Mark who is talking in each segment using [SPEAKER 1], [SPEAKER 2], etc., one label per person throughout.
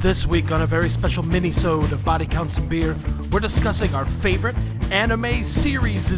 [SPEAKER 1] This week on a very special mini-sode of Body Counts and Beer, we're discussing our favorite anime series.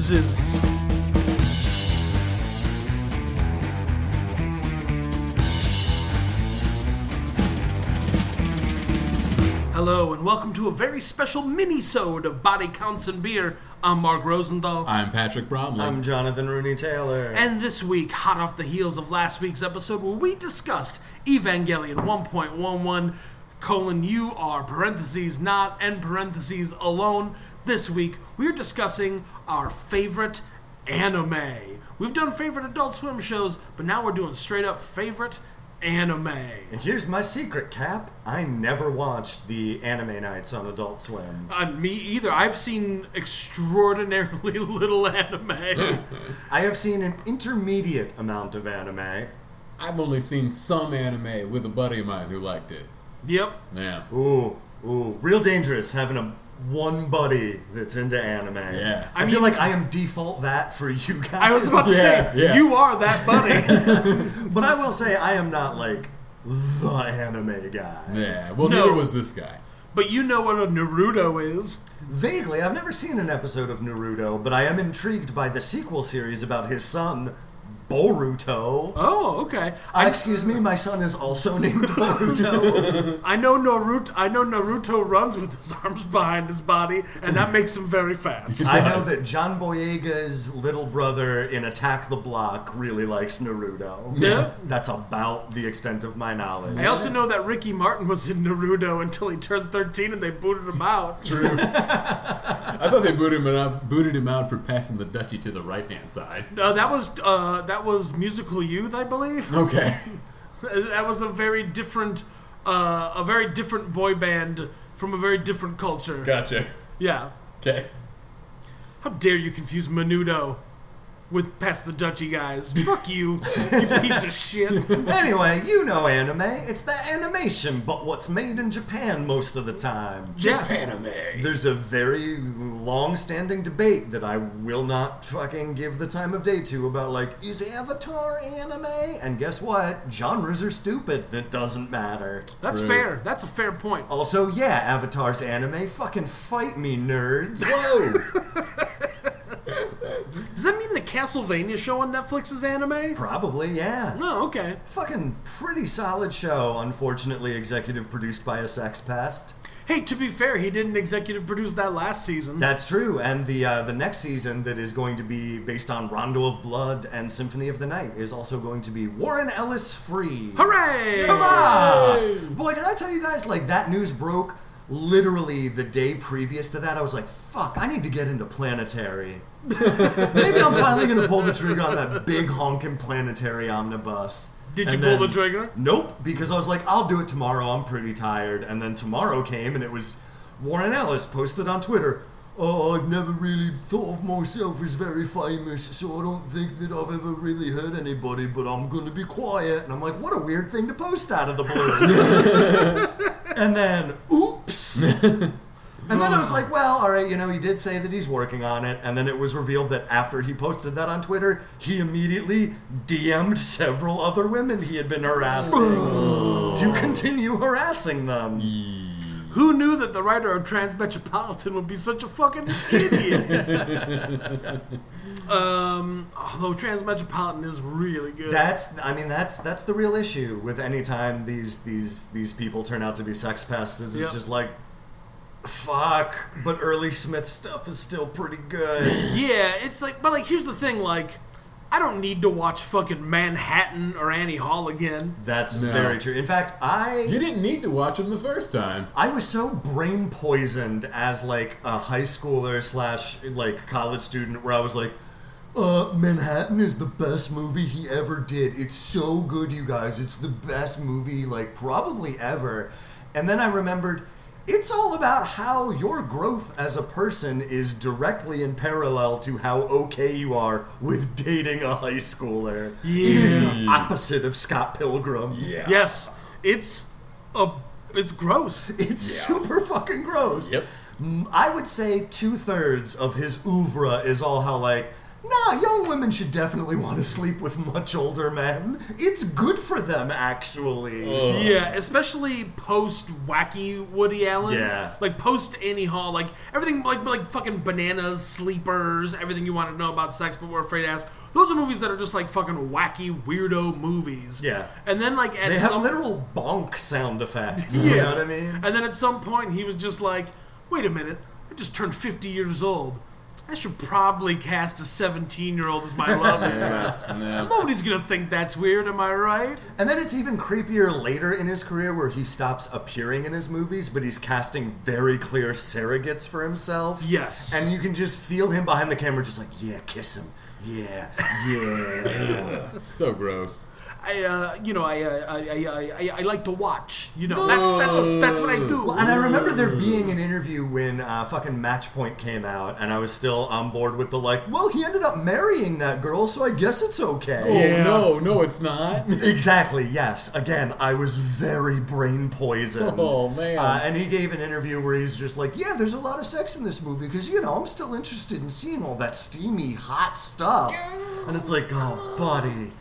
[SPEAKER 1] Hello and welcome to a very special mini-sode of Body Counts and Beer. I'm Mark Rosendahl.
[SPEAKER 2] I'm Patrick Bromley.
[SPEAKER 3] I'm Jonathan Rooney Taylor.
[SPEAKER 1] And this week, hot off the heels of last week's episode where we discussed Evangelion 1.11 colon you are parentheses not and parentheses alone. This week, we're discussing our favorite anime. We've done favorite Adult Swim shows, but now we're doing straight up favorite anime.
[SPEAKER 3] And here's my secret, Cap. I never watched the anime nights on Adult Swim.
[SPEAKER 1] Uh, me either. I've seen extraordinarily little anime.
[SPEAKER 3] I have seen an intermediate amount of anime.
[SPEAKER 2] I've only seen some anime with a buddy of mine who liked it.
[SPEAKER 1] yep.
[SPEAKER 2] Yeah.
[SPEAKER 3] Ooh, ooh, real dangerous having a one buddy that's into anime.
[SPEAKER 2] Yeah.
[SPEAKER 3] I,
[SPEAKER 1] I
[SPEAKER 3] feel
[SPEAKER 1] mean-
[SPEAKER 3] like I am default that for you guys.
[SPEAKER 1] I was about to say,
[SPEAKER 2] Yeah, yeah.
[SPEAKER 1] you are that buddy.
[SPEAKER 3] but I will say I am not like the anime guy.
[SPEAKER 2] Yeah. Well,
[SPEAKER 1] No.
[SPEAKER 2] neither was this guy.
[SPEAKER 1] but you know what a Naruto is.
[SPEAKER 3] Vaguely, I've never seen an episode of Naruto, but I am intrigued by the sequel series about his son, Boruto.
[SPEAKER 1] Oh, okay.
[SPEAKER 3] Uh, excuse me, my son is also named Boruto.
[SPEAKER 1] I know Naruto. I know Naruto runs with his arms behind his body, and that makes him very fast.
[SPEAKER 3] I know
[SPEAKER 2] Yes.
[SPEAKER 3] that John Boyega's little brother in Attack the Block really likes Naruto.
[SPEAKER 1] Yeah.
[SPEAKER 3] That's about the extent of my knowledge.
[SPEAKER 1] I also know that Ricky Martin was in Naruto until he turned 13 and they booted him out.
[SPEAKER 2] True. I thought they booted him out, booted him out for passing the duchy to the right hand side.
[SPEAKER 1] No, that was uh, that was musical youth, I believe.
[SPEAKER 2] Okay.
[SPEAKER 1] That was a very different, uh, a very different boy band from a very different culture.
[SPEAKER 2] Gotcha.
[SPEAKER 1] Yeah.
[SPEAKER 2] Okay.
[SPEAKER 1] How dare you confuse Menudo with Past the Dutchy guys? Fuck you, you piece of shit.
[SPEAKER 3] Anyway, you know anime. It's that animation, but what's made in Japan most of the time.
[SPEAKER 1] Yeah.
[SPEAKER 2] Anime.
[SPEAKER 3] There's a very long standing debate that I will not fucking give the time of day to about, like, is Avatar anime? And guess what? Genres are stupid. It doesn't matter.
[SPEAKER 1] That's
[SPEAKER 2] True.
[SPEAKER 1] fair. That's a fair point.
[SPEAKER 3] Also, yeah, Avatar's anime. Fucking fight me, nerds.
[SPEAKER 2] Whoa.
[SPEAKER 1] Does that mean the Castlevania show on Netflix is anime?
[SPEAKER 3] Probably, yeah.
[SPEAKER 1] No, okay.
[SPEAKER 3] Fucking pretty solid show, unfortunately, executive produced by a sex pest.
[SPEAKER 1] Hey, to be fair, he didn't executive produce that last season.
[SPEAKER 3] That's true, and the uh, the next season that is going to be based on Rondo of Blood and Symphony of the Night is also going to be Warren Ellis free.
[SPEAKER 1] Hooray!
[SPEAKER 3] Ah, boy, did I tell you guys, like, that news broke literally the day previous to that. I was like, fuck, I need to get into planetary. Maybe I'm finally going to pull the trigger on that big honking planetary omnibus.
[SPEAKER 1] Did you
[SPEAKER 3] And
[SPEAKER 1] pull the trigger?
[SPEAKER 3] Nope, because I was like, I'll do it tomorrow. I'm pretty tired. And then tomorrow came, and it was Warren Ellis posted on Twitter. Oh, I've never really thought of myself as very famous, so I don't think that I've ever really hurt anybody, but I'm gonna be quiet. And I'm like, what a weird thing to post out of the blue. and then, oops. And then I was like, well, all right, you know, he did say that he's working on it. And then it was revealed that after he posted that on Twitter, he immediately DM'd several other women he had been harassing to continue harassing them.
[SPEAKER 1] Who knew that the writer of Transmetropolitan would be such a fucking idiot? um, although Transmetropolitan is really good.
[SPEAKER 3] That's, I mean, that's that's the real issue with any time these these these people turn out to be sex pests. Is
[SPEAKER 1] Yep.
[SPEAKER 3] it's just like, fuck. But early Smith stuff is still pretty good.
[SPEAKER 1] yeah, it's like, but like, here's the thing, like, I don't need to watch fucking Manhattan or Annie Hall again.
[SPEAKER 3] that's
[SPEAKER 2] No.
[SPEAKER 3] very true. In fact, I
[SPEAKER 2] You didn't need to watch him the first time.
[SPEAKER 3] I was so brain poisoned as like a high schooler slash like college student where I was like, uh, Manhattan is the best movie he ever did. It's so good, you guys. It's the best movie like probably ever. And then I remembered it's all about how your growth as a person is directly in parallel to how okay you are with dating a high schooler. It is the opposite of Scott Pilgrim.
[SPEAKER 2] Yeah.
[SPEAKER 1] Yes, it's a, it's gross.
[SPEAKER 3] It's
[SPEAKER 2] Yeah.
[SPEAKER 3] super fucking gross.
[SPEAKER 2] Yep.
[SPEAKER 3] Mm, I would say two thirds of his oeuvre is all how like Nah, young women should definitely want to sleep with much older men. It's good for them, actually.
[SPEAKER 1] Yeah, especially post wacky Woody Allen.
[SPEAKER 3] Yeah.
[SPEAKER 1] Like post Annie Hall, like everything, like like fucking bananas, sleepers, everything you want to know about sex but we're afraid to ask. Those are movies that are just like fucking wacky weirdo movies.
[SPEAKER 3] Yeah.
[SPEAKER 1] And then like at
[SPEAKER 3] They have
[SPEAKER 1] some,
[SPEAKER 3] literal bonk sound effects. You
[SPEAKER 1] Yeah.
[SPEAKER 3] know what I mean?
[SPEAKER 1] and then at some point he was just like, wait a minute, I just turned fifty years old. I should probably cast a seventeen year old as my love interest.
[SPEAKER 2] Yeah.
[SPEAKER 1] Nobody's gonna think that's weird, am I right?
[SPEAKER 3] And then it's even creepier later in his career where he stops appearing in his movies, but he's casting very clear surrogates for himself.
[SPEAKER 1] Yes.
[SPEAKER 3] And you can just feel him behind the camera, just like, yeah, kiss him. Yeah, yeah.
[SPEAKER 2] That's so gross.
[SPEAKER 1] I, uh, you know, I, uh, I, I, I, I, I like to watch. You know, that's, that's, that's what I do.
[SPEAKER 3] well, and I remember there
[SPEAKER 2] Mm.
[SPEAKER 3] being an interview when uh, fucking Matchpoint came out, and I was still on board with the like, well, he ended up marrying that girl, so I guess it's okay.
[SPEAKER 1] Yeah.
[SPEAKER 2] Oh no, no, it's not.
[SPEAKER 3] Exactly. Yes. Again, I was very brain poisoned.
[SPEAKER 2] Oh, man.
[SPEAKER 3] Uh, and he gave an interview where he's just like, "Yeah, there's a lot of sex in this movie because you know I'm still interested in seeing all that steamy, hot stuff." And it's like, "Oh, buddy."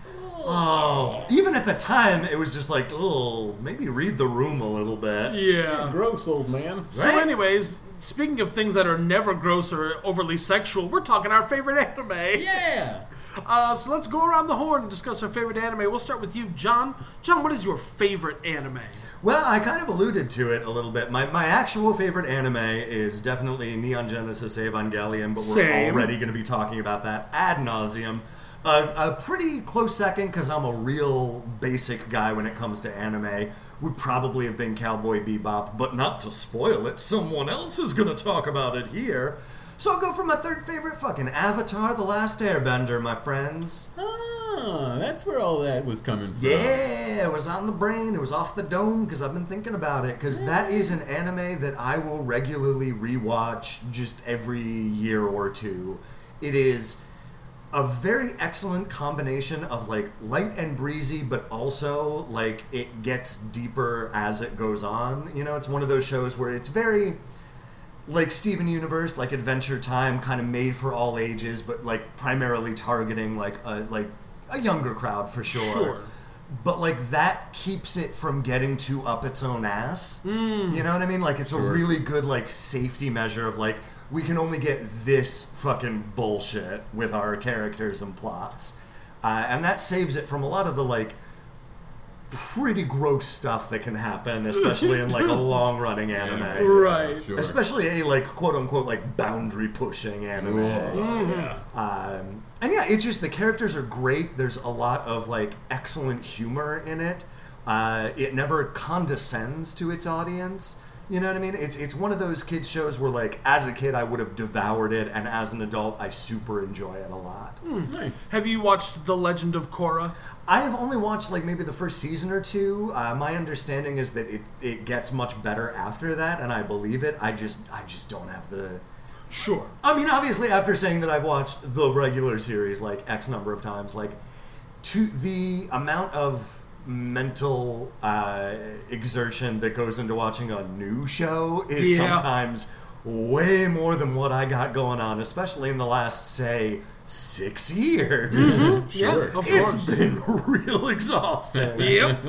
[SPEAKER 3] Oh. Even at the time, it was just like, "Oh, maybe read the room a little bit."
[SPEAKER 1] yeah.
[SPEAKER 2] gross, old man.
[SPEAKER 1] So,
[SPEAKER 3] Right?
[SPEAKER 1] anyways, speaking of things that are never gross or overly sexual, we're talking our favorite anime.
[SPEAKER 2] Yeah.
[SPEAKER 1] Uh, so let's go around the horn and discuss our favorite anime. We'll start with you, John. John, what is your favorite anime?
[SPEAKER 3] Well, I kind of alluded to it a little bit. My, my actual favorite anime is definitely Neon Genesis Evangelion, but we're
[SPEAKER 1] Same.
[SPEAKER 3] already going to be talking about that ad nauseum. Uh, a pretty close second, because I'm a real basic guy when it comes to anime, would probably have been Cowboy Bebop, but not to spoil it, someone else is going to talk about it here. So I'll go for my third favorite fucking Avatar The Last Airbender, my friends.
[SPEAKER 2] Ah, that's where all that was coming from.
[SPEAKER 3] Yeah, it was on the brain. It was off the dome because I've been thinking about it. Because that is an anime that I will regularly rewatch just every year or two. It is a very excellent combination of like light and breezy, but also like it gets deeper as it goes on. You know, it's one of those shows where it's very like Steven Universe, like Adventure Time, kind of made for all ages, but like primarily targeting like a like a younger crowd for sure.
[SPEAKER 1] Sure.
[SPEAKER 3] But like that keeps it from getting too up its own ass. You know what I mean? Like it's a
[SPEAKER 2] Mm. Sure.
[SPEAKER 3] really good like safety measure of like we can only get this fucking bullshit with our characters and plots, uh, and that saves it from a lot of the like pretty gross stuff that can happen, especially in like a long running anime.
[SPEAKER 2] Yeah,
[SPEAKER 1] Right.
[SPEAKER 2] Sure.
[SPEAKER 3] Especially a like quote unquote like boundary pushing anime.
[SPEAKER 2] Whoa.
[SPEAKER 1] Mm-hmm.
[SPEAKER 3] Um, and yeah, it's just the characters are great. There's a lot of like excellent humor in it. Uh, it never condescends to its audience. You know what I mean? It's it's one of those kids shows where like as a kid I would have devoured it, and as an adult I super enjoy it a lot.
[SPEAKER 2] Nice.
[SPEAKER 1] Have you watched The Legend of Korra?
[SPEAKER 3] I have only watched like maybe the first season or two. Uh, my understanding is that it, it gets much better after that, and I believe it. I just I just don't have the.
[SPEAKER 1] Sure.
[SPEAKER 3] I mean, obviously, after saying that I've watched the regular series like X number of times, like to the amount of mental uh, exertion that goes into watching a new show is
[SPEAKER 1] Yeah.
[SPEAKER 3] sometimes way more than what I got going on, especially in the last say six years.
[SPEAKER 2] Mm-hmm. Sure.
[SPEAKER 1] Yeah, of
[SPEAKER 3] It's
[SPEAKER 1] course.
[SPEAKER 3] been real exhausting.
[SPEAKER 1] Yep.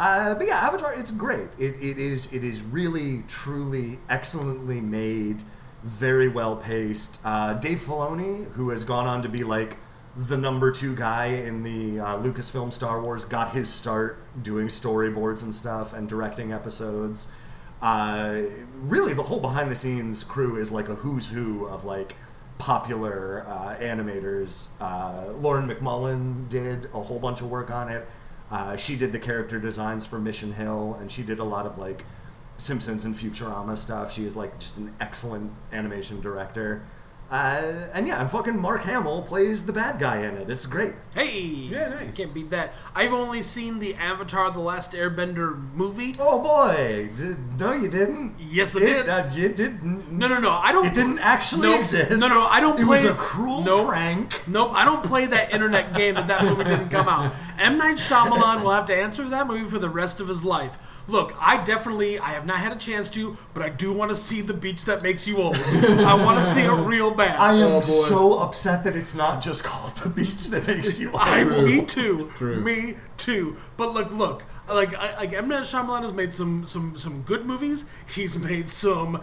[SPEAKER 3] uh, but yeah, Avatar, it's great. It, it is it is really truly excellently made, very well paced. Uh, Dave Filoni, who has gone on to be like the number two guy in the uh, Lucasfilm Star Wars, got his start doing storyboards and stuff and directing episodes. Uh, really, the whole behind the scenes crew is like a who's who of like popular uh, animators. Uh, Lauren McMullen did a whole bunch of work on it. Uh, she did the character designs for Mission Hill, and she did a lot of like Simpsons and Futurama stuff. She is like just an excellent animation director. Uh, and yeah, and fucking Mark Hamill plays the bad guy in it. It's great.
[SPEAKER 1] Hey.
[SPEAKER 2] Yeah, nice.
[SPEAKER 1] Can't beat that. I've only seen the Avatar: The Last Airbender movie.
[SPEAKER 3] Oh boy, D- no, you didn't.
[SPEAKER 1] Yes, I
[SPEAKER 3] it,
[SPEAKER 1] did.
[SPEAKER 3] Uh, you didn't.
[SPEAKER 1] No, no, no. I don't.
[SPEAKER 3] It didn't actually
[SPEAKER 1] No,
[SPEAKER 3] exist.
[SPEAKER 1] No, no, I don't play.
[SPEAKER 3] It was a cruel
[SPEAKER 1] no,
[SPEAKER 3] prank.
[SPEAKER 1] Nope, I don't play that internet game that that movie didn't come out. M. Night Shyamalan will have to answer that movie for the rest of his life. Look, I definitely I have not had a chance to, but I do want to see the beach that makes you old. I want to see it real bad.
[SPEAKER 3] I am
[SPEAKER 2] Oh, boy.
[SPEAKER 3] so upset that it's not just called the beach that makes you.
[SPEAKER 1] I,
[SPEAKER 3] old.
[SPEAKER 1] me too.
[SPEAKER 2] True.
[SPEAKER 1] Me too. But like, look, like, I, like M Night Shyamalan has made some some some good movies. He's made some uh,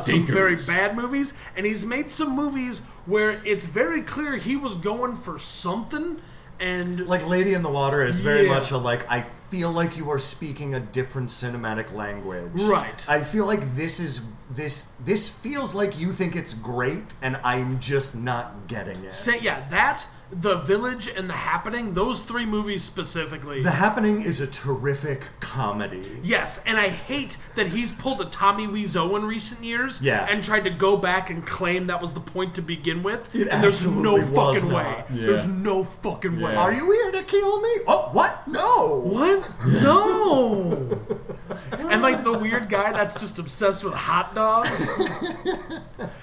[SPEAKER 1] some very
[SPEAKER 2] Stinkers.
[SPEAKER 1] bad movies, and he's made some movies where it's very clear he was going for something. And
[SPEAKER 3] Like Lady in the Water is very
[SPEAKER 1] Yeah.
[SPEAKER 3] much a like I feel like you are speaking a different cinematic language.
[SPEAKER 1] Right.
[SPEAKER 3] I feel like this is this this feels like you think it's great and I'm just not getting it.
[SPEAKER 1] say, yeah, that the village and the happening, those three movies specifically.
[SPEAKER 3] the Happening is a terrific comedy.
[SPEAKER 1] Yes, and I hate that he's pulled a Tommy Wiseau in recent years
[SPEAKER 3] Yeah.
[SPEAKER 1] and tried to go back and claim that was the point to begin with.
[SPEAKER 3] It
[SPEAKER 1] and there's no
[SPEAKER 3] absolutely was
[SPEAKER 1] fucking
[SPEAKER 3] not.
[SPEAKER 1] way.
[SPEAKER 2] Yeah.
[SPEAKER 1] There's no fucking way.
[SPEAKER 2] Yeah.
[SPEAKER 3] Are you here to kill me? Oh, what? No.
[SPEAKER 1] What? No. and like the weird guy that's just obsessed with hot dogs.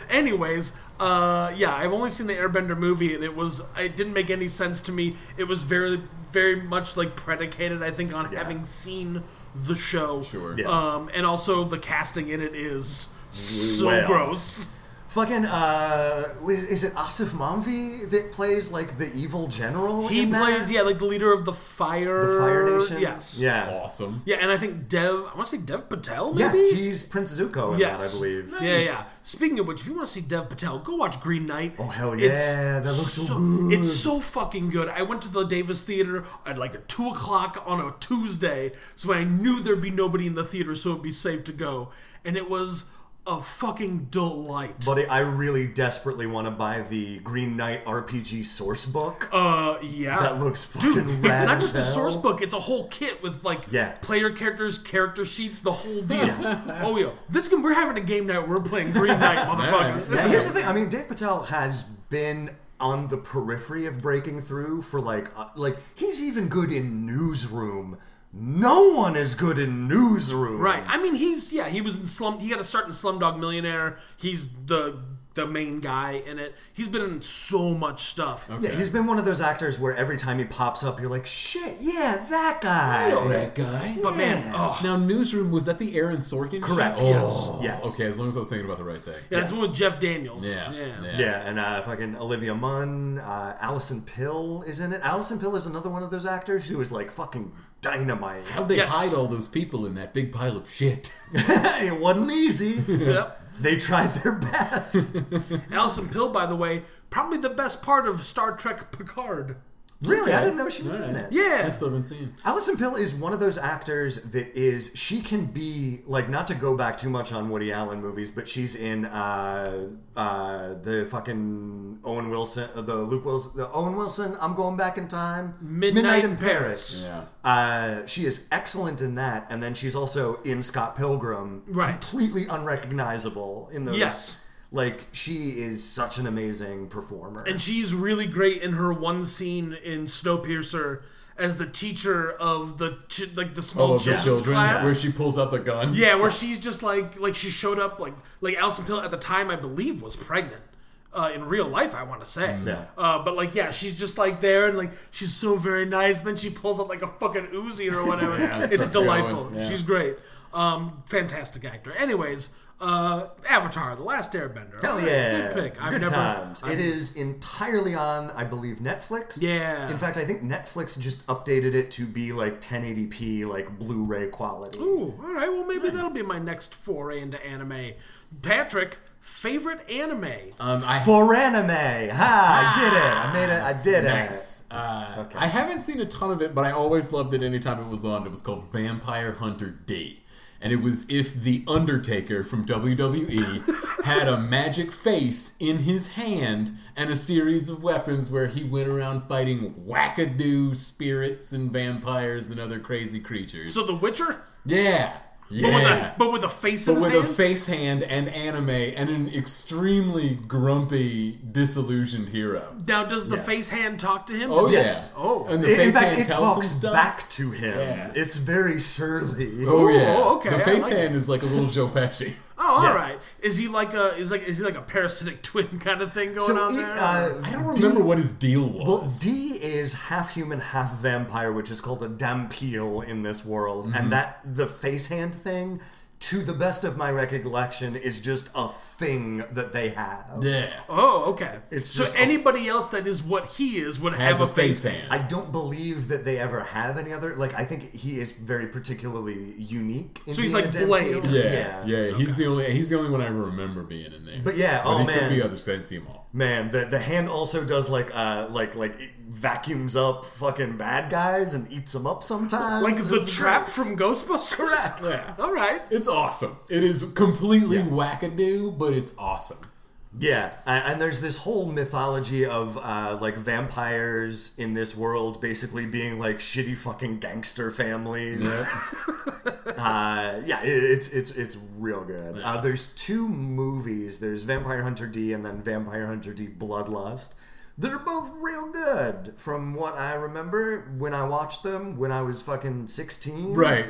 [SPEAKER 1] Anyways, uh, yeah, I've only seen the Airbender movie, and it was it didn't make any sense to me. It was very very much like predicated, I think, on
[SPEAKER 3] Yeah.
[SPEAKER 1] having seen the show.
[SPEAKER 2] Sure.
[SPEAKER 3] Yeah.
[SPEAKER 1] Um, and also the casting in it is so
[SPEAKER 3] Well.
[SPEAKER 1] gross.
[SPEAKER 3] Fucking uh wi- is it Asif Mamvi that plays like the evil general?
[SPEAKER 1] He
[SPEAKER 3] in that?
[SPEAKER 1] plays yeah, like the leader of the fire.
[SPEAKER 3] the Fire Nation.
[SPEAKER 1] Yes.
[SPEAKER 3] Yeah.
[SPEAKER 2] Awesome.
[SPEAKER 1] Yeah, and I think Dev. I want to say Dev Patel.
[SPEAKER 3] Yeah,
[SPEAKER 1] Maybe.
[SPEAKER 3] he's Prince Zuko in
[SPEAKER 1] Yes.
[SPEAKER 3] that, I believe.
[SPEAKER 1] Yeah,
[SPEAKER 2] Nice.
[SPEAKER 1] yeah. Speaking of which, if you want to see Dev Patel, go watch Green Knight.
[SPEAKER 3] Oh hell
[SPEAKER 1] It's
[SPEAKER 3] yeah, that looks so,
[SPEAKER 1] so,
[SPEAKER 3] good.
[SPEAKER 1] It's so fucking good. I went to the Davis Theater at like at two o'clock on a Tuesday, so I knew there'd be nobody in the theater, so it'd be safe to go. And it was a fucking delight.
[SPEAKER 3] Buddy, I really desperately want to buy the Green Knight RPG source book.
[SPEAKER 1] uh, yeah.
[SPEAKER 3] that looks fucking
[SPEAKER 1] Dude, it's
[SPEAKER 3] rad
[SPEAKER 1] not
[SPEAKER 3] as
[SPEAKER 1] just a
[SPEAKER 3] hell.
[SPEAKER 1] source book; it's a whole kit with like
[SPEAKER 3] Yeah.
[SPEAKER 1] player characters, character sheets, the whole deal. Oh yeah, this can, we're having a game night. We're playing Green Knight, motherfucker.
[SPEAKER 3] Now, here's the thing. I mean, Dave Patel has been on the periphery of breaking through for like, uh, like he's even good in Newsroom. No one is good in Newsroom.
[SPEAKER 1] Right. I mean, he's yeah. He was in slum. He got a start in Slumdog Millionaire. He's the the main guy in it. He's been in so much stuff.
[SPEAKER 3] Yeah, he's been one of those actors where every time he pops up, you're like, shit, yeah, that guy.
[SPEAKER 2] that guy.
[SPEAKER 1] But man, oh,
[SPEAKER 2] Now, Newsroom, was that the Aaron Sorkin?
[SPEAKER 3] Correct,
[SPEAKER 2] show?
[SPEAKER 3] yes,
[SPEAKER 2] Oh,
[SPEAKER 3] yes.
[SPEAKER 2] Okay, as long as I was thinking about the right thing.
[SPEAKER 1] yeah, that's one with Jeff Daniels.
[SPEAKER 2] Yeah.
[SPEAKER 1] yeah.
[SPEAKER 2] Yeah.
[SPEAKER 3] Yeah, and uh, fucking Olivia Munn, uh, Allison Pill is in it. Allison Pill is another one of those actors who is like fucking dynamite.
[SPEAKER 2] How'd they
[SPEAKER 1] Yes.
[SPEAKER 2] hide all those people in that big pile of shit?
[SPEAKER 3] it wasn't easy.
[SPEAKER 1] Yep.
[SPEAKER 3] they tried their best.
[SPEAKER 1] Alison Pill, by the way, probably the best part of Star Trek Picard.
[SPEAKER 3] really, I didn't know she was in it.
[SPEAKER 1] Yeah.
[SPEAKER 2] I still haven't seen.
[SPEAKER 3] Allison Pill is one of those actors that is she can be like not to go back too much on Woody Allen movies, but she's in uh, uh, the fucking Owen Wilson, uh, the Luke Wilson, the Owen Wilson. I'm going back in time.
[SPEAKER 1] Midnight in
[SPEAKER 3] Paris.
[SPEAKER 2] Paris.
[SPEAKER 3] Uh, she is excellent in that, and then she's also in Scott Pilgrim,
[SPEAKER 1] Right.
[SPEAKER 3] Completely unrecognizable in those.
[SPEAKER 1] Yes.
[SPEAKER 3] Like she is such an amazing performer.
[SPEAKER 1] And she's really great in her one scene in Snowpiercer as the teacher of the ch- like the small
[SPEAKER 2] All Oh, of the
[SPEAKER 1] children's
[SPEAKER 2] children,
[SPEAKER 1] class.
[SPEAKER 2] where she pulls out the gun.
[SPEAKER 1] Yeah, where she's just like like she showed up like like Alison Pill at the time I believe was pregnant. Uh, in real life, I want to say,
[SPEAKER 3] Yeah.
[SPEAKER 1] Uh, but like, yeah, she's just like there, and like she's so very nice. And then she pulls out like a fucking Uzi or whatever.
[SPEAKER 2] it
[SPEAKER 1] it's
[SPEAKER 2] starts
[SPEAKER 1] delightful.
[SPEAKER 2] going, yeah.
[SPEAKER 1] She's great. Um, fantastic actor. Anyways, uh, Avatar: The Last Airbender.
[SPEAKER 3] Hell
[SPEAKER 1] Alright,
[SPEAKER 3] yeah!
[SPEAKER 1] good pick. I've
[SPEAKER 3] Good
[SPEAKER 1] never,
[SPEAKER 3] times.
[SPEAKER 1] I've-
[SPEAKER 3] it is entirely on, I believe, Netflix.
[SPEAKER 1] Yeah.
[SPEAKER 3] In fact, I think Netflix just updated it to be like 1080p, like Blu-ray quality.
[SPEAKER 1] Ooh, all right. Well, maybe that'll be my next foray into anime. Patrick, favorite anime?
[SPEAKER 2] Um, I
[SPEAKER 3] For anime, ha! I did it. I made it. I did
[SPEAKER 2] Nice. Uh, I haven't seen a ton of it, but I always loved it anytime it was on. It was called Vampire Hunter D. And it was if The Undertaker from WWE had a magic face in his hand and a series of weapons where he went around fighting wackadoo spirits and vampires and other crazy creatures.
[SPEAKER 1] So, The Witcher.
[SPEAKER 2] yeah. Yeah.
[SPEAKER 1] But with a, but with a face
[SPEAKER 2] But
[SPEAKER 1] in
[SPEAKER 2] with
[SPEAKER 1] his
[SPEAKER 2] a
[SPEAKER 1] hand?
[SPEAKER 2] face hand and anime and an extremely grumpy, disillusioned hero.
[SPEAKER 1] Now, does the face hand talk to him?
[SPEAKER 2] Oh
[SPEAKER 3] Yes.
[SPEAKER 2] yeah.
[SPEAKER 1] Oh.
[SPEAKER 2] And the
[SPEAKER 3] it. In
[SPEAKER 2] face
[SPEAKER 3] fact,
[SPEAKER 2] hand
[SPEAKER 3] it
[SPEAKER 2] tells him
[SPEAKER 3] talks
[SPEAKER 2] stuff.
[SPEAKER 3] back to him.
[SPEAKER 2] Yeah.
[SPEAKER 3] It's very surly.
[SPEAKER 2] Oh yeah.
[SPEAKER 1] Oh, okay,
[SPEAKER 2] The
[SPEAKER 1] I
[SPEAKER 2] face
[SPEAKER 1] like
[SPEAKER 2] hand is like a little Joe Pesci.
[SPEAKER 1] Oh, all right.
[SPEAKER 3] Yeah.
[SPEAKER 1] Is Is he like a is like is he like a parasitic twin kind of thing going
[SPEAKER 3] So
[SPEAKER 1] on
[SPEAKER 3] it,
[SPEAKER 1] there?
[SPEAKER 3] uh,
[SPEAKER 2] I don't remember
[SPEAKER 3] D-
[SPEAKER 2] what his deal was.
[SPEAKER 3] Well, D is half human, half vampire, which is called a dampeel in this world,
[SPEAKER 2] Mm-hmm.
[SPEAKER 3] and that the face hand thing, to the best of my recollection, is just a thing that they have.
[SPEAKER 2] yeah.
[SPEAKER 1] oh, okay.
[SPEAKER 3] It's
[SPEAKER 1] so
[SPEAKER 3] just a-
[SPEAKER 1] anybody else that is what he is would
[SPEAKER 2] Has
[SPEAKER 1] have
[SPEAKER 2] a face hand.
[SPEAKER 3] I don't believe that they ever have any other. Like, I think he is very particularly unique. In
[SPEAKER 1] So he's
[SPEAKER 3] being
[SPEAKER 1] like
[SPEAKER 3] a Dampeel.
[SPEAKER 1] Blade.
[SPEAKER 2] Yeah, yeah. He's the only he's the only one I remember being in there.
[SPEAKER 3] But yeah, oh,
[SPEAKER 2] he
[SPEAKER 3] man.
[SPEAKER 2] could be other sense him all.
[SPEAKER 3] Man, the the hand also does like uh like like it vacuums up fucking bad guys and eats them up sometimes.
[SPEAKER 1] like the
[SPEAKER 3] It's-
[SPEAKER 1] trap from Ghostbusters.
[SPEAKER 3] Correct.
[SPEAKER 1] Yeah. All right.
[SPEAKER 2] It's awesome. It is completely wackadoo, but it's awesome.
[SPEAKER 3] Yeah, a- and there's this whole mythology of uh, like vampires in this world basically being like shitty fucking gangster families. uh, yeah, it, it's it's it's real good. Uh, there's two movies. There's Vampire Hunter D and then Vampire Hunter D Bloodlust. They're both real good, from what I remember when I watched them when I was fucking sixteen.
[SPEAKER 2] Right.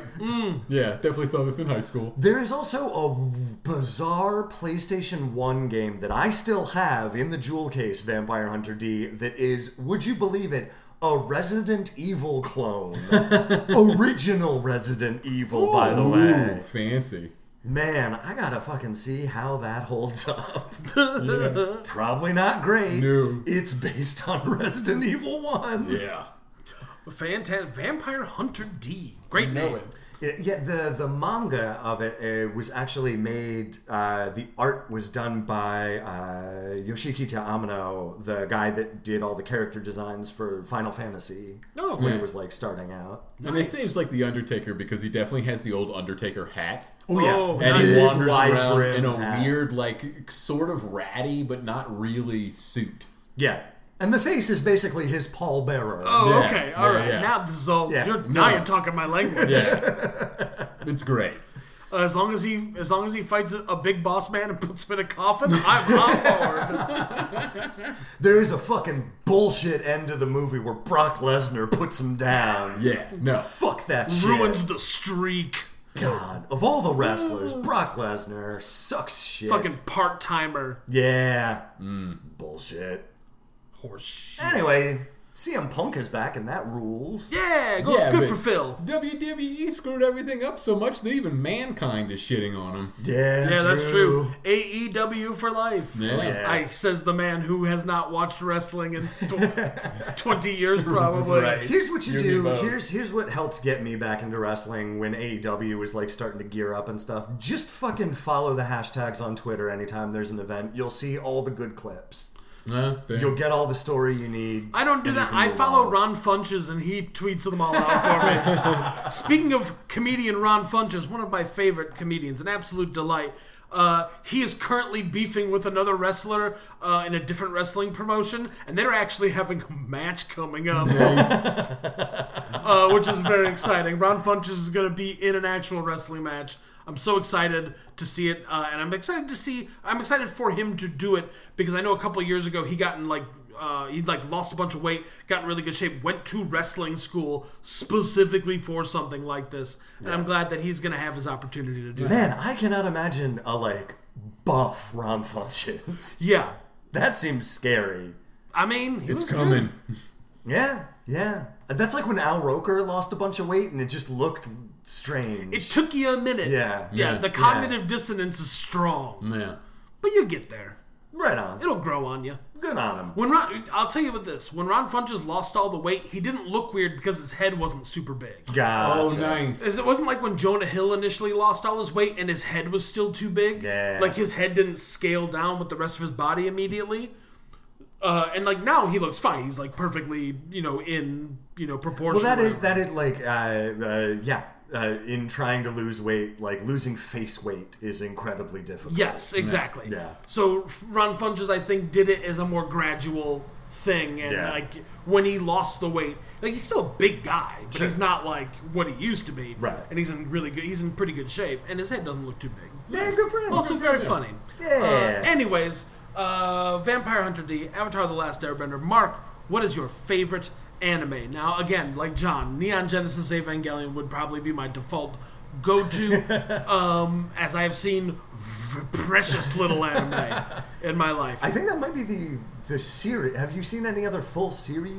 [SPEAKER 2] Yeah, definitely saw this in high school.
[SPEAKER 3] There is also a bizarre PlayStation 1 game that I still have in the jewel case, Vampire Hunter D, that is, would you believe it, a Resident Evil clone. Original Resident Evil, Oh, by the
[SPEAKER 2] Ooh,
[SPEAKER 3] way.
[SPEAKER 2] fancy.
[SPEAKER 3] Man, I gotta fucking see how that holds up. Probably not great.
[SPEAKER 2] No.
[SPEAKER 3] It's based on Resident Evil 1.
[SPEAKER 2] Yeah.
[SPEAKER 1] Fantastic Vampire Hunter D. Great
[SPEAKER 2] Know
[SPEAKER 1] name.
[SPEAKER 2] it.
[SPEAKER 3] It- yeah, the the manga of it uh, was actually made. Uh, the art was done by uh, Yoshihito Amano, the guy that did all the character designs for Final Fantasy
[SPEAKER 1] Oh,
[SPEAKER 3] when
[SPEAKER 1] yeah.
[SPEAKER 3] it was like starting out.
[SPEAKER 2] And they say it's like the Undertaker because he definitely has the old Undertaker hat.
[SPEAKER 3] Oh
[SPEAKER 1] yeah. Oh,
[SPEAKER 2] And he
[SPEAKER 1] Big
[SPEAKER 2] wanders around in a
[SPEAKER 3] hat.
[SPEAKER 2] weird, like, sort of ratty, but not really suit.
[SPEAKER 3] yeah. And the face is basically his pallbearer.
[SPEAKER 1] Oh,
[SPEAKER 2] Yeah,
[SPEAKER 1] okay.
[SPEAKER 2] yeah,
[SPEAKER 1] All right.
[SPEAKER 2] yeah.
[SPEAKER 1] Now this is all.
[SPEAKER 3] Yeah.
[SPEAKER 1] You're,
[SPEAKER 2] No.
[SPEAKER 1] Now you're talking my language.
[SPEAKER 2] Yeah. it's great.
[SPEAKER 1] Uh, as long as he, as long as he fights a, a big boss man and puts him in a coffin, I'm on board.
[SPEAKER 3] There is a fucking bullshit end to the movie where Brock Lesnar puts him down.
[SPEAKER 2] Yeah. No.
[SPEAKER 3] Fuck that shit.
[SPEAKER 1] Ruins the streak.
[SPEAKER 3] God, of all the wrestlers,
[SPEAKER 2] Oh.
[SPEAKER 3] Brock Lesnar sucks shit.
[SPEAKER 1] Fucking part timer.
[SPEAKER 3] Yeah.
[SPEAKER 1] Mm.
[SPEAKER 3] Bullshit.
[SPEAKER 1] Horse. shit.
[SPEAKER 3] Anyway, CM Punk is back and that rules.
[SPEAKER 1] Yeah. Go,
[SPEAKER 2] Yeah,
[SPEAKER 1] good
[SPEAKER 2] but-
[SPEAKER 1] for Phil.
[SPEAKER 2] WWE E screwed everything up so much that even mankind is shitting on him.
[SPEAKER 3] Yeah,
[SPEAKER 1] Yeah, that's true. AEW for life.
[SPEAKER 2] Oh, Yeah.
[SPEAKER 1] I says the man who has not watched wrestling in tw- twenty years, probably.
[SPEAKER 2] Right.
[SPEAKER 3] Here's what you
[SPEAKER 2] You're
[SPEAKER 3] do.
[SPEAKER 2] Devo.
[SPEAKER 3] Here's here's what helped get me back into wrestling when AEW was like starting to gear up and stuff. Just fucking follow the hashtags on Twitter anytime there's an event. You'll see all the good clips.
[SPEAKER 2] Uh, fair.
[SPEAKER 3] You'll get all the story you need.
[SPEAKER 1] I don't do
[SPEAKER 3] and you
[SPEAKER 1] that.
[SPEAKER 3] can
[SPEAKER 1] I
[SPEAKER 3] move
[SPEAKER 1] follow
[SPEAKER 3] on.
[SPEAKER 1] Ron Funches and he tweets them all out for me. Speaking of comedian Ron Funches, one of my favorite comedians, an absolute delight. Uh, he is currently beefing with another wrestler uh, in a different wrestling promotion, and they're actually having a match coming up, uh, which is very exciting. Ron Funches is going to be in an actual wrestling match. I'm so excited to see it, uh, and I'm excited to see. I'm excited for him to do it because I know a couple of years ago he got in like uh, he'd like lost a bunch of weight, got in really good shape, went to wrestling school specifically for something like this, and I'm glad that he's going to have his opportunity to do. it.
[SPEAKER 3] Man, I cannot imagine a like buff Ron Funches.
[SPEAKER 1] Yeah,
[SPEAKER 3] that seems scary.
[SPEAKER 1] I mean, he
[SPEAKER 2] it's
[SPEAKER 1] was good.
[SPEAKER 2] coming.
[SPEAKER 3] Yeah, yeah. That's like when Al Roker lost a bunch of weight and it just looked strange.
[SPEAKER 1] It took you a minute.
[SPEAKER 3] Yeah.
[SPEAKER 1] yeah.
[SPEAKER 2] Yeah.
[SPEAKER 1] The cognitive dissonance is strong,
[SPEAKER 2] Yeah.
[SPEAKER 1] but you get there.
[SPEAKER 3] right on.
[SPEAKER 1] It'll grow on you.
[SPEAKER 3] Good on him.
[SPEAKER 1] When Ron, I'll tell you what this: when Ron Funches lost all the weight, he didn't look weird because his head wasn't super big.
[SPEAKER 3] Gotcha.
[SPEAKER 2] Oh, nice.
[SPEAKER 1] It wasn't like when Jonah Hill initially lost all his weight and his head was still too big.
[SPEAKER 3] Yeah.
[SPEAKER 1] Like his head didn't scale down with the rest of his body immediately. Uh, and like now he looks fine. He's like perfectly, you know, in you know proportion.
[SPEAKER 3] Well, that is
[SPEAKER 1] whatever.
[SPEAKER 3] that is like uh, uh, yeah. Uh, in trying to lose weight, like losing face weight is incredibly difficult.
[SPEAKER 1] Yes, exactly.
[SPEAKER 3] Yeah.
[SPEAKER 1] So Ron Funches, I think, did it as a more gradual thing, and
[SPEAKER 3] Yeah.
[SPEAKER 1] like when he lost the weight, like he's still a big guy, but
[SPEAKER 3] Sure.
[SPEAKER 1] he's not like what he used to be.
[SPEAKER 3] Right.
[SPEAKER 1] And he's in really good. He's in pretty good shape, and his head doesn't look too big.
[SPEAKER 3] Yeah, good for him.
[SPEAKER 1] Also very funny.
[SPEAKER 3] Hmm. Yeah.
[SPEAKER 1] Uh, anyways, uh, Vampire Hunter D, Avatar: The Last Airbender. Mark, what is your favorite anime? Now, again, like John, Neon Genesis Evangelion would probably be my default go-to, um, as I have seen precious little anime in my life.
[SPEAKER 3] I think that might be the the series. Have you seen any other full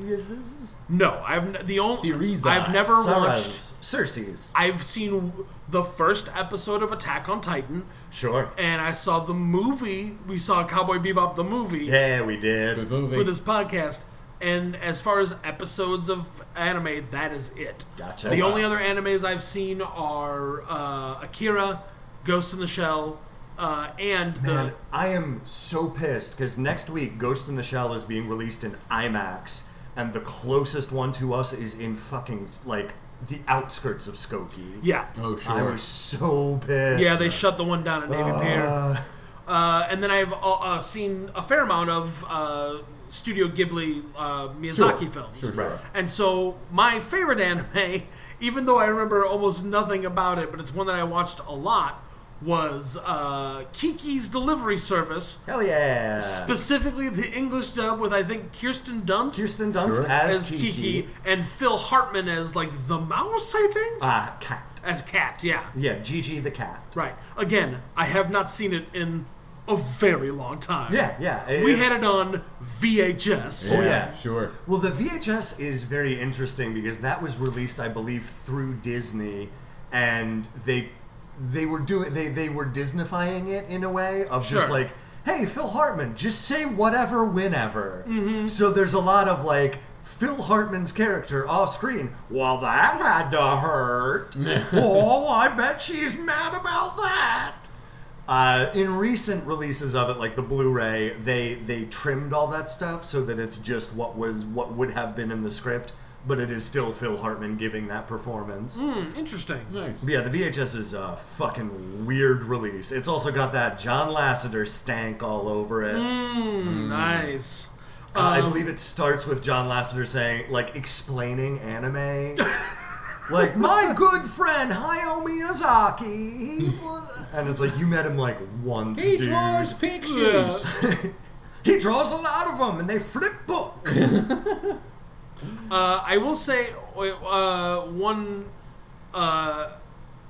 [SPEAKER 3] series?
[SPEAKER 1] No, I've n- the only
[SPEAKER 2] Series, uh,
[SPEAKER 1] I've never watched.
[SPEAKER 3] Sarah's. Cersei's.
[SPEAKER 1] I've seen the first episode of Attack on Titan,
[SPEAKER 3] Sure.
[SPEAKER 1] and I saw the movie. We saw Cowboy Bebop the movie
[SPEAKER 3] Yeah, we
[SPEAKER 2] Good
[SPEAKER 3] did.
[SPEAKER 2] movie.
[SPEAKER 1] for this podcast. And as far as episodes of anime, that is it.
[SPEAKER 3] Gotcha.
[SPEAKER 1] The only other animes I've seen are uh, Akira, Ghost in the Shell, uh, and
[SPEAKER 3] Man,
[SPEAKER 1] the
[SPEAKER 3] I am so pissed because next week Ghost in the Shell is being released in IMAX, and the closest one to us is in fucking like the outskirts of Skokie.
[SPEAKER 1] yeah,
[SPEAKER 2] oh,
[SPEAKER 3] I
[SPEAKER 2] sure.
[SPEAKER 3] was so pissed.
[SPEAKER 1] yeah. They shut the one down at Navy Pier.
[SPEAKER 3] Uh,
[SPEAKER 1] Uh, and then I've uh, uh, seen a fair amount of uh, Studio Ghibli uh,
[SPEAKER 2] Sure.
[SPEAKER 1] Miyazaki films.
[SPEAKER 2] Sure, sure.
[SPEAKER 3] Right.
[SPEAKER 1] And so my favorite anime, even though I remember almost nothing about it, but it's one that I watched a lot, was uh, Kiki's Delivery Service,
[SPEAKER 3] Hell yeah.
[SPEAKER 1] specifically the English dub with I think Kirsten Dunst
[SPEAKER 3] Kirsten Dunst
[SPEAKER 2] Sure.
[SPEAKER 3] as,
[SPEAKER 1] as
[SPEAKER 3] Kiki.
[SPEAKER 1] Kiki. and Phil Hartman as like the mouse, I think,
[SPEAKER 3] Ah, cat.
[SPEAKER 1] as Cat. Yeah,
[SPEAKER 3] Yeah, Gigi the cat.
[SPEAKER 1] right. Again, I have not seen it in a very long time.
[SPEAKER 3] Yeah, yeah. it-
[SPEAKER 1] we had it on VHS.
[SPEAKER 3] Oh, yeah.
[SPEAKER 2] Sure.
[SPEAKER 3] Well, the VHS is very interesting because that was released, I believe, through Disney, and they they were doing they they were Disneyfying it in a way of just
[SPEAKER 1] Sure.
[SPEAKER 3] like, hey, Phil Hartman, just say whatever whenever. So there's a lot of like. Phil Hartman's character off screen. Well, that had to hurt. oh, I bet she's mad about that. Uh, in recent releases of it, like the Blu-ray, they they trimmed all that stuff so that it's just what was what would have been in the script, but it is still Phil Hartman giving that performance.
[SPEAKER 1] Hmm, interesting.
[SPEAKER 2] Nice.
[SPEAKER 3] But yeah, the VHS is a fucking weird release. It's also got that John Lasseter stank all over it. Hmm.
[SPEAKER 1] Nice.
[SPEAKER 3] Uh, I believe it starts with John Lasseter saying, like, explaining anime. like, my good friend Hayao Miyazaki. He was... And it's like, you met him, like, once,
[SPEAKER 2] He
[SPEAKER 3] dude.
[SPEAKER 2] draws pictures.
[SPEAKER 1] Yeah.
[SPEAKER 3] He draws a lot of them, and they flip book.
[SPEAKER 1] Uh, I will say uh, one uh,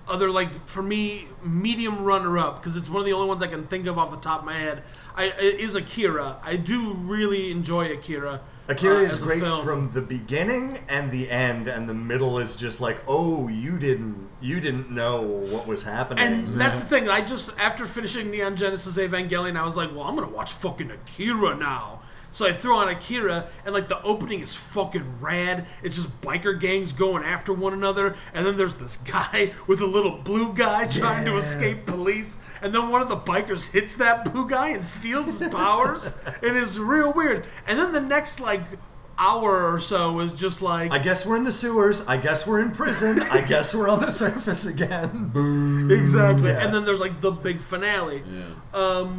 [SPEAKER 1] other like for me medium runner up because it's one of the only ones I can think of off the top of my head. I it is Akira. I do really enjoy Akira.
[SPEAKER 3] Akira
[SPEAKER 1] uh,
[SPEAKER 3] is
[SPEAKER 1] as a
[SPEAKER 3] great
[SPEAKER 1] film.
[SPEAKER 3] from the beginning and the end, and the middle is just like, oh, you didn't, you didn't know what was happening.
[SPEAKER 1] And that's the thing. I just after finishing Neon Genesis Evangelion, I was like, well, I'm gonna watch fucking Akira now. So I throw on Akira, and like the opening is fucking rad. It's just biker gangs going after one another, and then there's this guy with a little blue guy trying to
[SPEAKER 3] Yeah.
[SPEAKER 1] escape police, and then one of the bikers hits that blue guy and steals his powers. it is real weird. And then the next like hour or so is just like
[SPEAKER 3] I guess we're in the sewers. I guess we're in prison. I guess we're on the surface again.
[SPEAKER 1] exactly.
[SPEAKER 3] Yeah.
[SPEAKER 1] And then there's like the big finale. Um,
[SPEAKER 2] Yeah.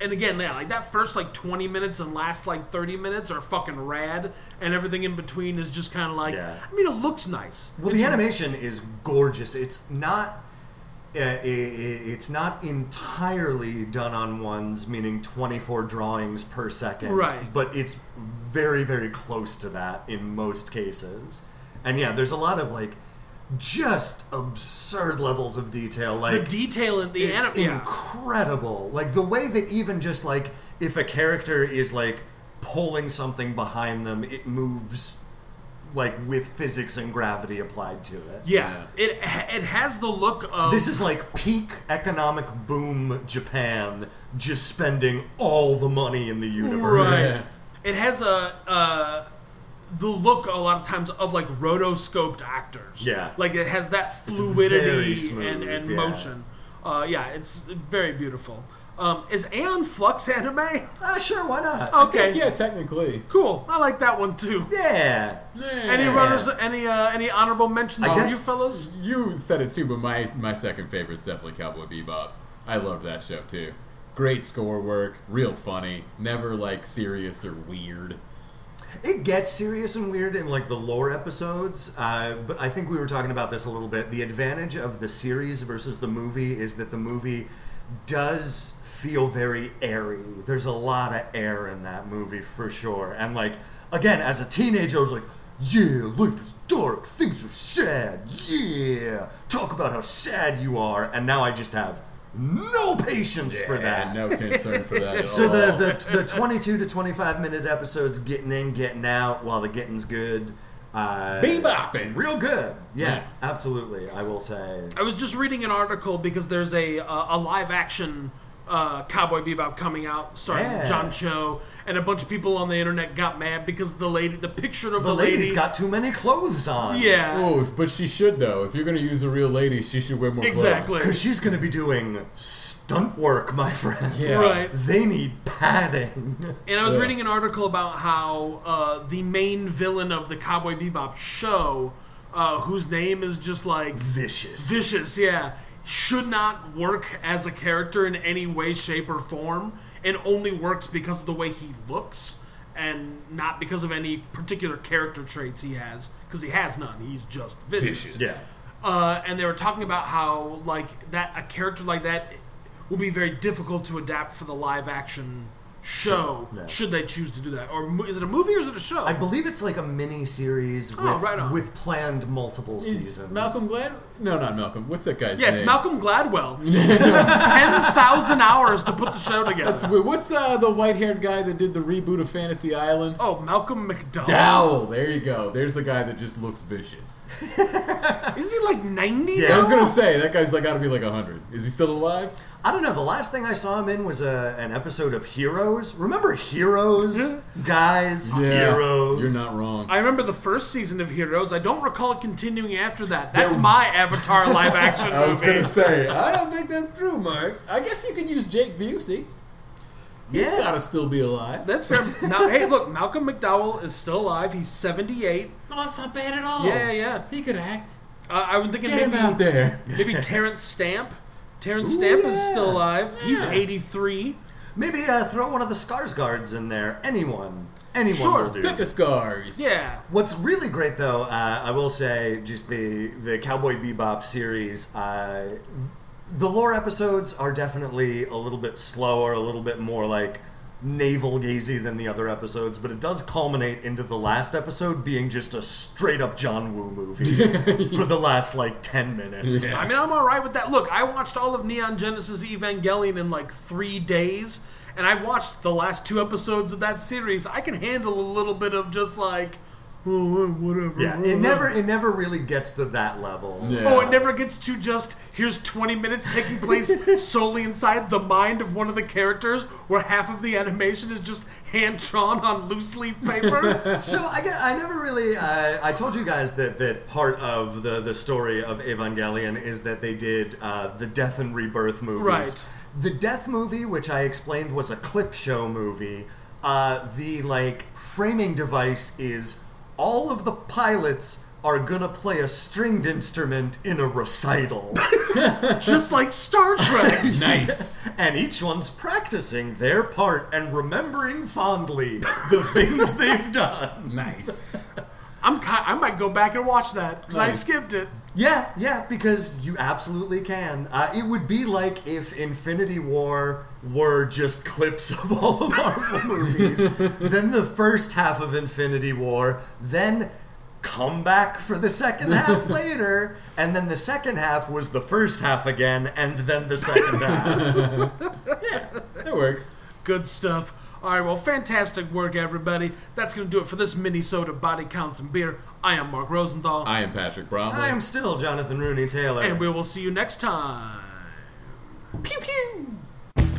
[SPEAKER 1] and again, yeah, like that first like twenty minutes and last like thirty minutes are fucking rad, and everything in between is just kind of like,
[SPEAKER 3] Yeah.
[SPEAKER 1] I mean, it looks nice.
[SPEAKER 3] Well, the animation is gorgeous. It's not. Uh, i- i- it's not entirely done on ones, meaning 24 drawings per second.
[SPEAKER 1] Right.
[SPEAKER 3] But it's very, very close to that in most cases. And yeah, there's a lot of like just absurd levels of detail.
[SPEAKER 1] The
[SPEAKER 3] Like
[SPEAKER 1] detail in the
[SPEAKER 3] it's
[SPEAKER 1] anime, yeah.
[SPEAKER 3] incredible. Like the way that even just like if a character is like pulling something behind them, it moves like with physics and gravity applied to it.
[SPEAKER 1] yeah, it it has the look of
[SPEAKER 3] This is like peak economic boom Japan just spending all the money in the
[SPEAKER 1] right.
[SPEAKER 3] universe.
[SPEAKER 1] It has a uh, the look a lot of times of like rotoscoped actors.
[SPEAKER 3] Yeah.
[SPEAKER 1] like it has that
[SPEAKER 3] very
[SPEAKER 1] fluidity
[SPEAKER 3] smooth,
[SPEAKER 1] and and
[SPEAKER 3] yeah.
[SPEAKER 1] motion. Uh, yeah, it's very beautiful. Um, is Aeon Flux anime?
[SPEAKER 3] Ah, sure, why not?
[SPEAKER 1] Okay,
[SPEAKER 2] Yeah, technically.
[SPEAKER 1] cool. I like that one too.
[SPEAKER 3] Yeah.
[SPEAKER 1] Any
[SPEAKER 3] Yeah.
[SPEAKER 1] runners? Any uh, any honorable mentions
[SPEAKER 3] I
[SPEAKER 1] from
[SPEAKER 3] guess-
[SPEAKER 1] you fellows?
[SPEAKER 2] You said it too, but my my second favorite is definitely Cowboy Bebop. I loved that show too. Great score work, real funny, never like serious or weird.
[SPEAKER 3] It gets serious and weird in like the lore episodes, uh, but I think we were talking about this a little bit. The advantage of the series versus the movie is that the movie does feel very airy. There's a lot of air in that movie for sure. And like again, as a teenager, I was like, "Yeah, life is dark. Things are sad. Yeah, talk about how sad you are." And now I just have no patience for that.
[SPEAKER 2] And no concern for that at
[SPEAKER 3] So
[SPEAKER 2] all.
[SPEAKER 3] the,
[SPEAKER 1] Oh.
[SPEAKER 3] the the 22 to 25 minute episodes, getting in, getting out, while the getting's good, uh,
[SPEAKER 2] Bebopping.
[SPEAKER 3] real good.
[SPEAKER 2] Yeah.
[SPEAKER 3] Yeah, absolutely. I will say.
[SPEAKER 1] I was just reading an article because there's a uh, a live action uh, Cowboy Bebop coming out starring
[SPEAKER 3] Yeah.
[SPEAKER 1] John Cho, and a bunch of people on the internet got mad because the lady, the picture of the,
[SPEAKER 3] The lady's
[SPEAKER 1] lady,
[SPEAKER 3] got too many clothes on.
[SPEAKER 1] yeah,
[SPEAKER 2] Oh, but she should though. If you're gonna use a real lady, she should wear more
[SPEAKER 1] exactly.
[SPEAKER 2] clothes.
[SPEAKER 3] Because she's going to be doing stunt work, my friend.
[SPEAKER 2] Yeah.
[SPEAKER 1] Right.
[SPEAKER 3] They need padding.
[SPEAKER 1] And I was
[SPEAKER 2] Yeah.
[SPEAKER 1] reading an article about how uh, the main villain of the Cowboy Bebop show, uh, whose name is just like
[SPEAKER 3] Vicious.
[SPEAKER 1] Vicious, yeah, should not work as a character in any way, shape, or form, and only works because of the way he looks, and not because of any particular character traits he has, because he has none. He's just vicious.
[SPEAKER 2] Vicious.
[SPEAKER 3] Yeah.
[SPEAKER 1] Uh, and they were talking about how like that a character like that will be very difficult to adapt for the live action show
[SPEAKER 3] Sure, yeah.
[SPEAKER 1] should they choose to do that or mo- is it a movie or is it a show
[SPEAKER 3] I believe it's like a mini series with,
[SPEAKER 1] Oh, right on.
[SPEAKER 3] with planned multiple
[SPEAKER 2] Is
[SPEAKER 3] seasons.
[SPEAKER 2] Malcolm Glad? No, not Malcolm. What's that guy's
[SPEAKER 1] yeah
[SPEAKER 2] name?
[SPEAKER 1] it's malcolm gladwell 10000 hours to put the show together
[SPEAKER 2] Wait, what's uh, the white-haired guy that did the reboot of Fantasy Island?
[SPEAKER 1] oh malcolm mcdowell
[SPEAKER 2] Dowell. There you go. There's a guy that just looks vicious.
[SPEAKER 1] isn't he like 90
[SPEAKER 3] Yeah.
[SPEAKER 2] I was
[SPEAKER 1] now?
[SPEAKER 2] gonna say that guy's like got to be like hundred. Is he still alive?
[SPEAKER 3] I don't know. The last thing I saw him in was a, an episode of Heroes. Remember Heroes, guys? Heroes.
[SPEAKER 2] You're not wrong.
[SPEAKER 1] I remember the first season of Heroes. I don't recall it continuing after that. That's
[SPEAKER 2] There-
[SPEAKER 1] my Avatar live action
[SPEAKER 2] I was
[SPEAKER 1] movie.
[SPEAKER 2] gonna say I don't think that's true, Mark. I guess you could use Jake Busey. He's
[SPEAKER 3] Yeah.
[SPEAKER 2] gotta still be alive.
[SPEAKER 1] That's fair. Now, hey, look, Malcolm McDowell is still alive. He's 78.
[SPEAKER 2] No, that's not bad at all.
[SPEAKER 1] Yeah, yeah.
[SPEAKER 2] He could act.
[SPEAKER 1] Uh, I was thinking
[SPEAKER 2] Oh. Get him
[SPEAKER 1] maybe,
[SPEAKER 2] out there.
[SPEAKER 1] maybe Terrence Stamp. Terrence
[SPEAKER 2] Ooh,
[SPEAKER 1] Stamp is
[SPEAKER 2] yeah.
[SPEAKER 1] still alive. He's
[SPEAKER 2] Yeah.
[SPEAKER 1] 83.
[SPEAKER 3] Maybe uh, throw one of the Scars guards in there. Anyone. Anyone
[SPEAKER 1] Sure.
[SPEAKER 3] will do.
[SPEAKER 2] Pick the scars.
[SPEAKER 1] Yeah.
[SPEAKER 3] What's really great, though, uh, I will say, just the the Cowboy Bebop series. Uh, the lore episodes are definitely a little bit slower, a little bit more like navel gazy than the other episodes, but it does culminate into the last episode being just a straight up John Woo movie for the last like ten minutes.
[SPEAKER 1] I mean, I'm all right with that. Look, I watched all of Neon Genesis Evangelion in like three days, and I watched the last two episodes of that series. I can handle a little bit of just like, oh, whatever.
[SPEAKER 3] Yeah, it never it never really gets to that level.
[SPEAKER 2] Yeah.
[SPEAKER 1] Oh, it never gets to just here's 20 minutes taking place solely inside the mind of one of the characters, where half of the animation is just hand drawn on loose leaf paper.
[SPEAKER 3] So I, get- I never really uh, I told you guys that that part of the the story of Evangelion is that they did uh, the death and rebirth movies.
[SPEAKER 1] Right.
[SPEAKER 3] The death movie, which I explained was a clip show movie, uh, the like framing device is all of the pilots are gonna play a stringed instrument in a recital,
[SPEAKER 1] just like Star Trek.
[SPEAKER 2] Nice.
[SPEAKER 3] and each one's practicing their part and remembering fondly the things they've done.
[SPEAKER 2] nice.
[SPEAKER 1] I'm ki- I might go back and watch that because I
[SPEAKER 2] Nice.
[SPEAKER 1] skipped it.
[SPEAKER 3] Yeah, yeah, because you absolutely can. Uh, it would be like if Infinity War were just clips of all the Marvel movies, then the first half of Infinity War, then come back for the second half later, and then the second half was the first half again, and then the second half.
[SPEAKER 2] That works.
[SPEAKER 1] Good stuff. All right, well, fantastic work, everybody. That's going to do it for this mini-soda body counts and beer. I am Mark Rosenthal,
[SPEAKER 2] I am Patrick Bromley.
[SPEAKER 3] I am still Jonathan Rooney Taylor.
[SPEAKER 1] and we will see you next time. Pew pew.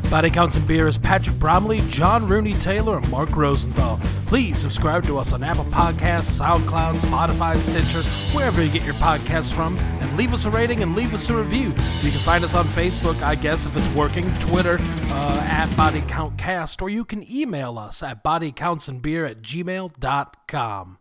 [SPEAKER 1] Body Counts and Beer is Patrick Bromley, John Rooney Taylor, and Mark Rosenthal. Please subscribe to us on Apple Podcasts, SoundCloud, Spotify, Stitcher, wherever you get your podcasts from, and leave us a rating and leave us a review. You can find us on Facebook, I guess, if it's working, Twitter, uh, at Body Count Cast, or you can email us at bodycountsandbeer at gmail.com.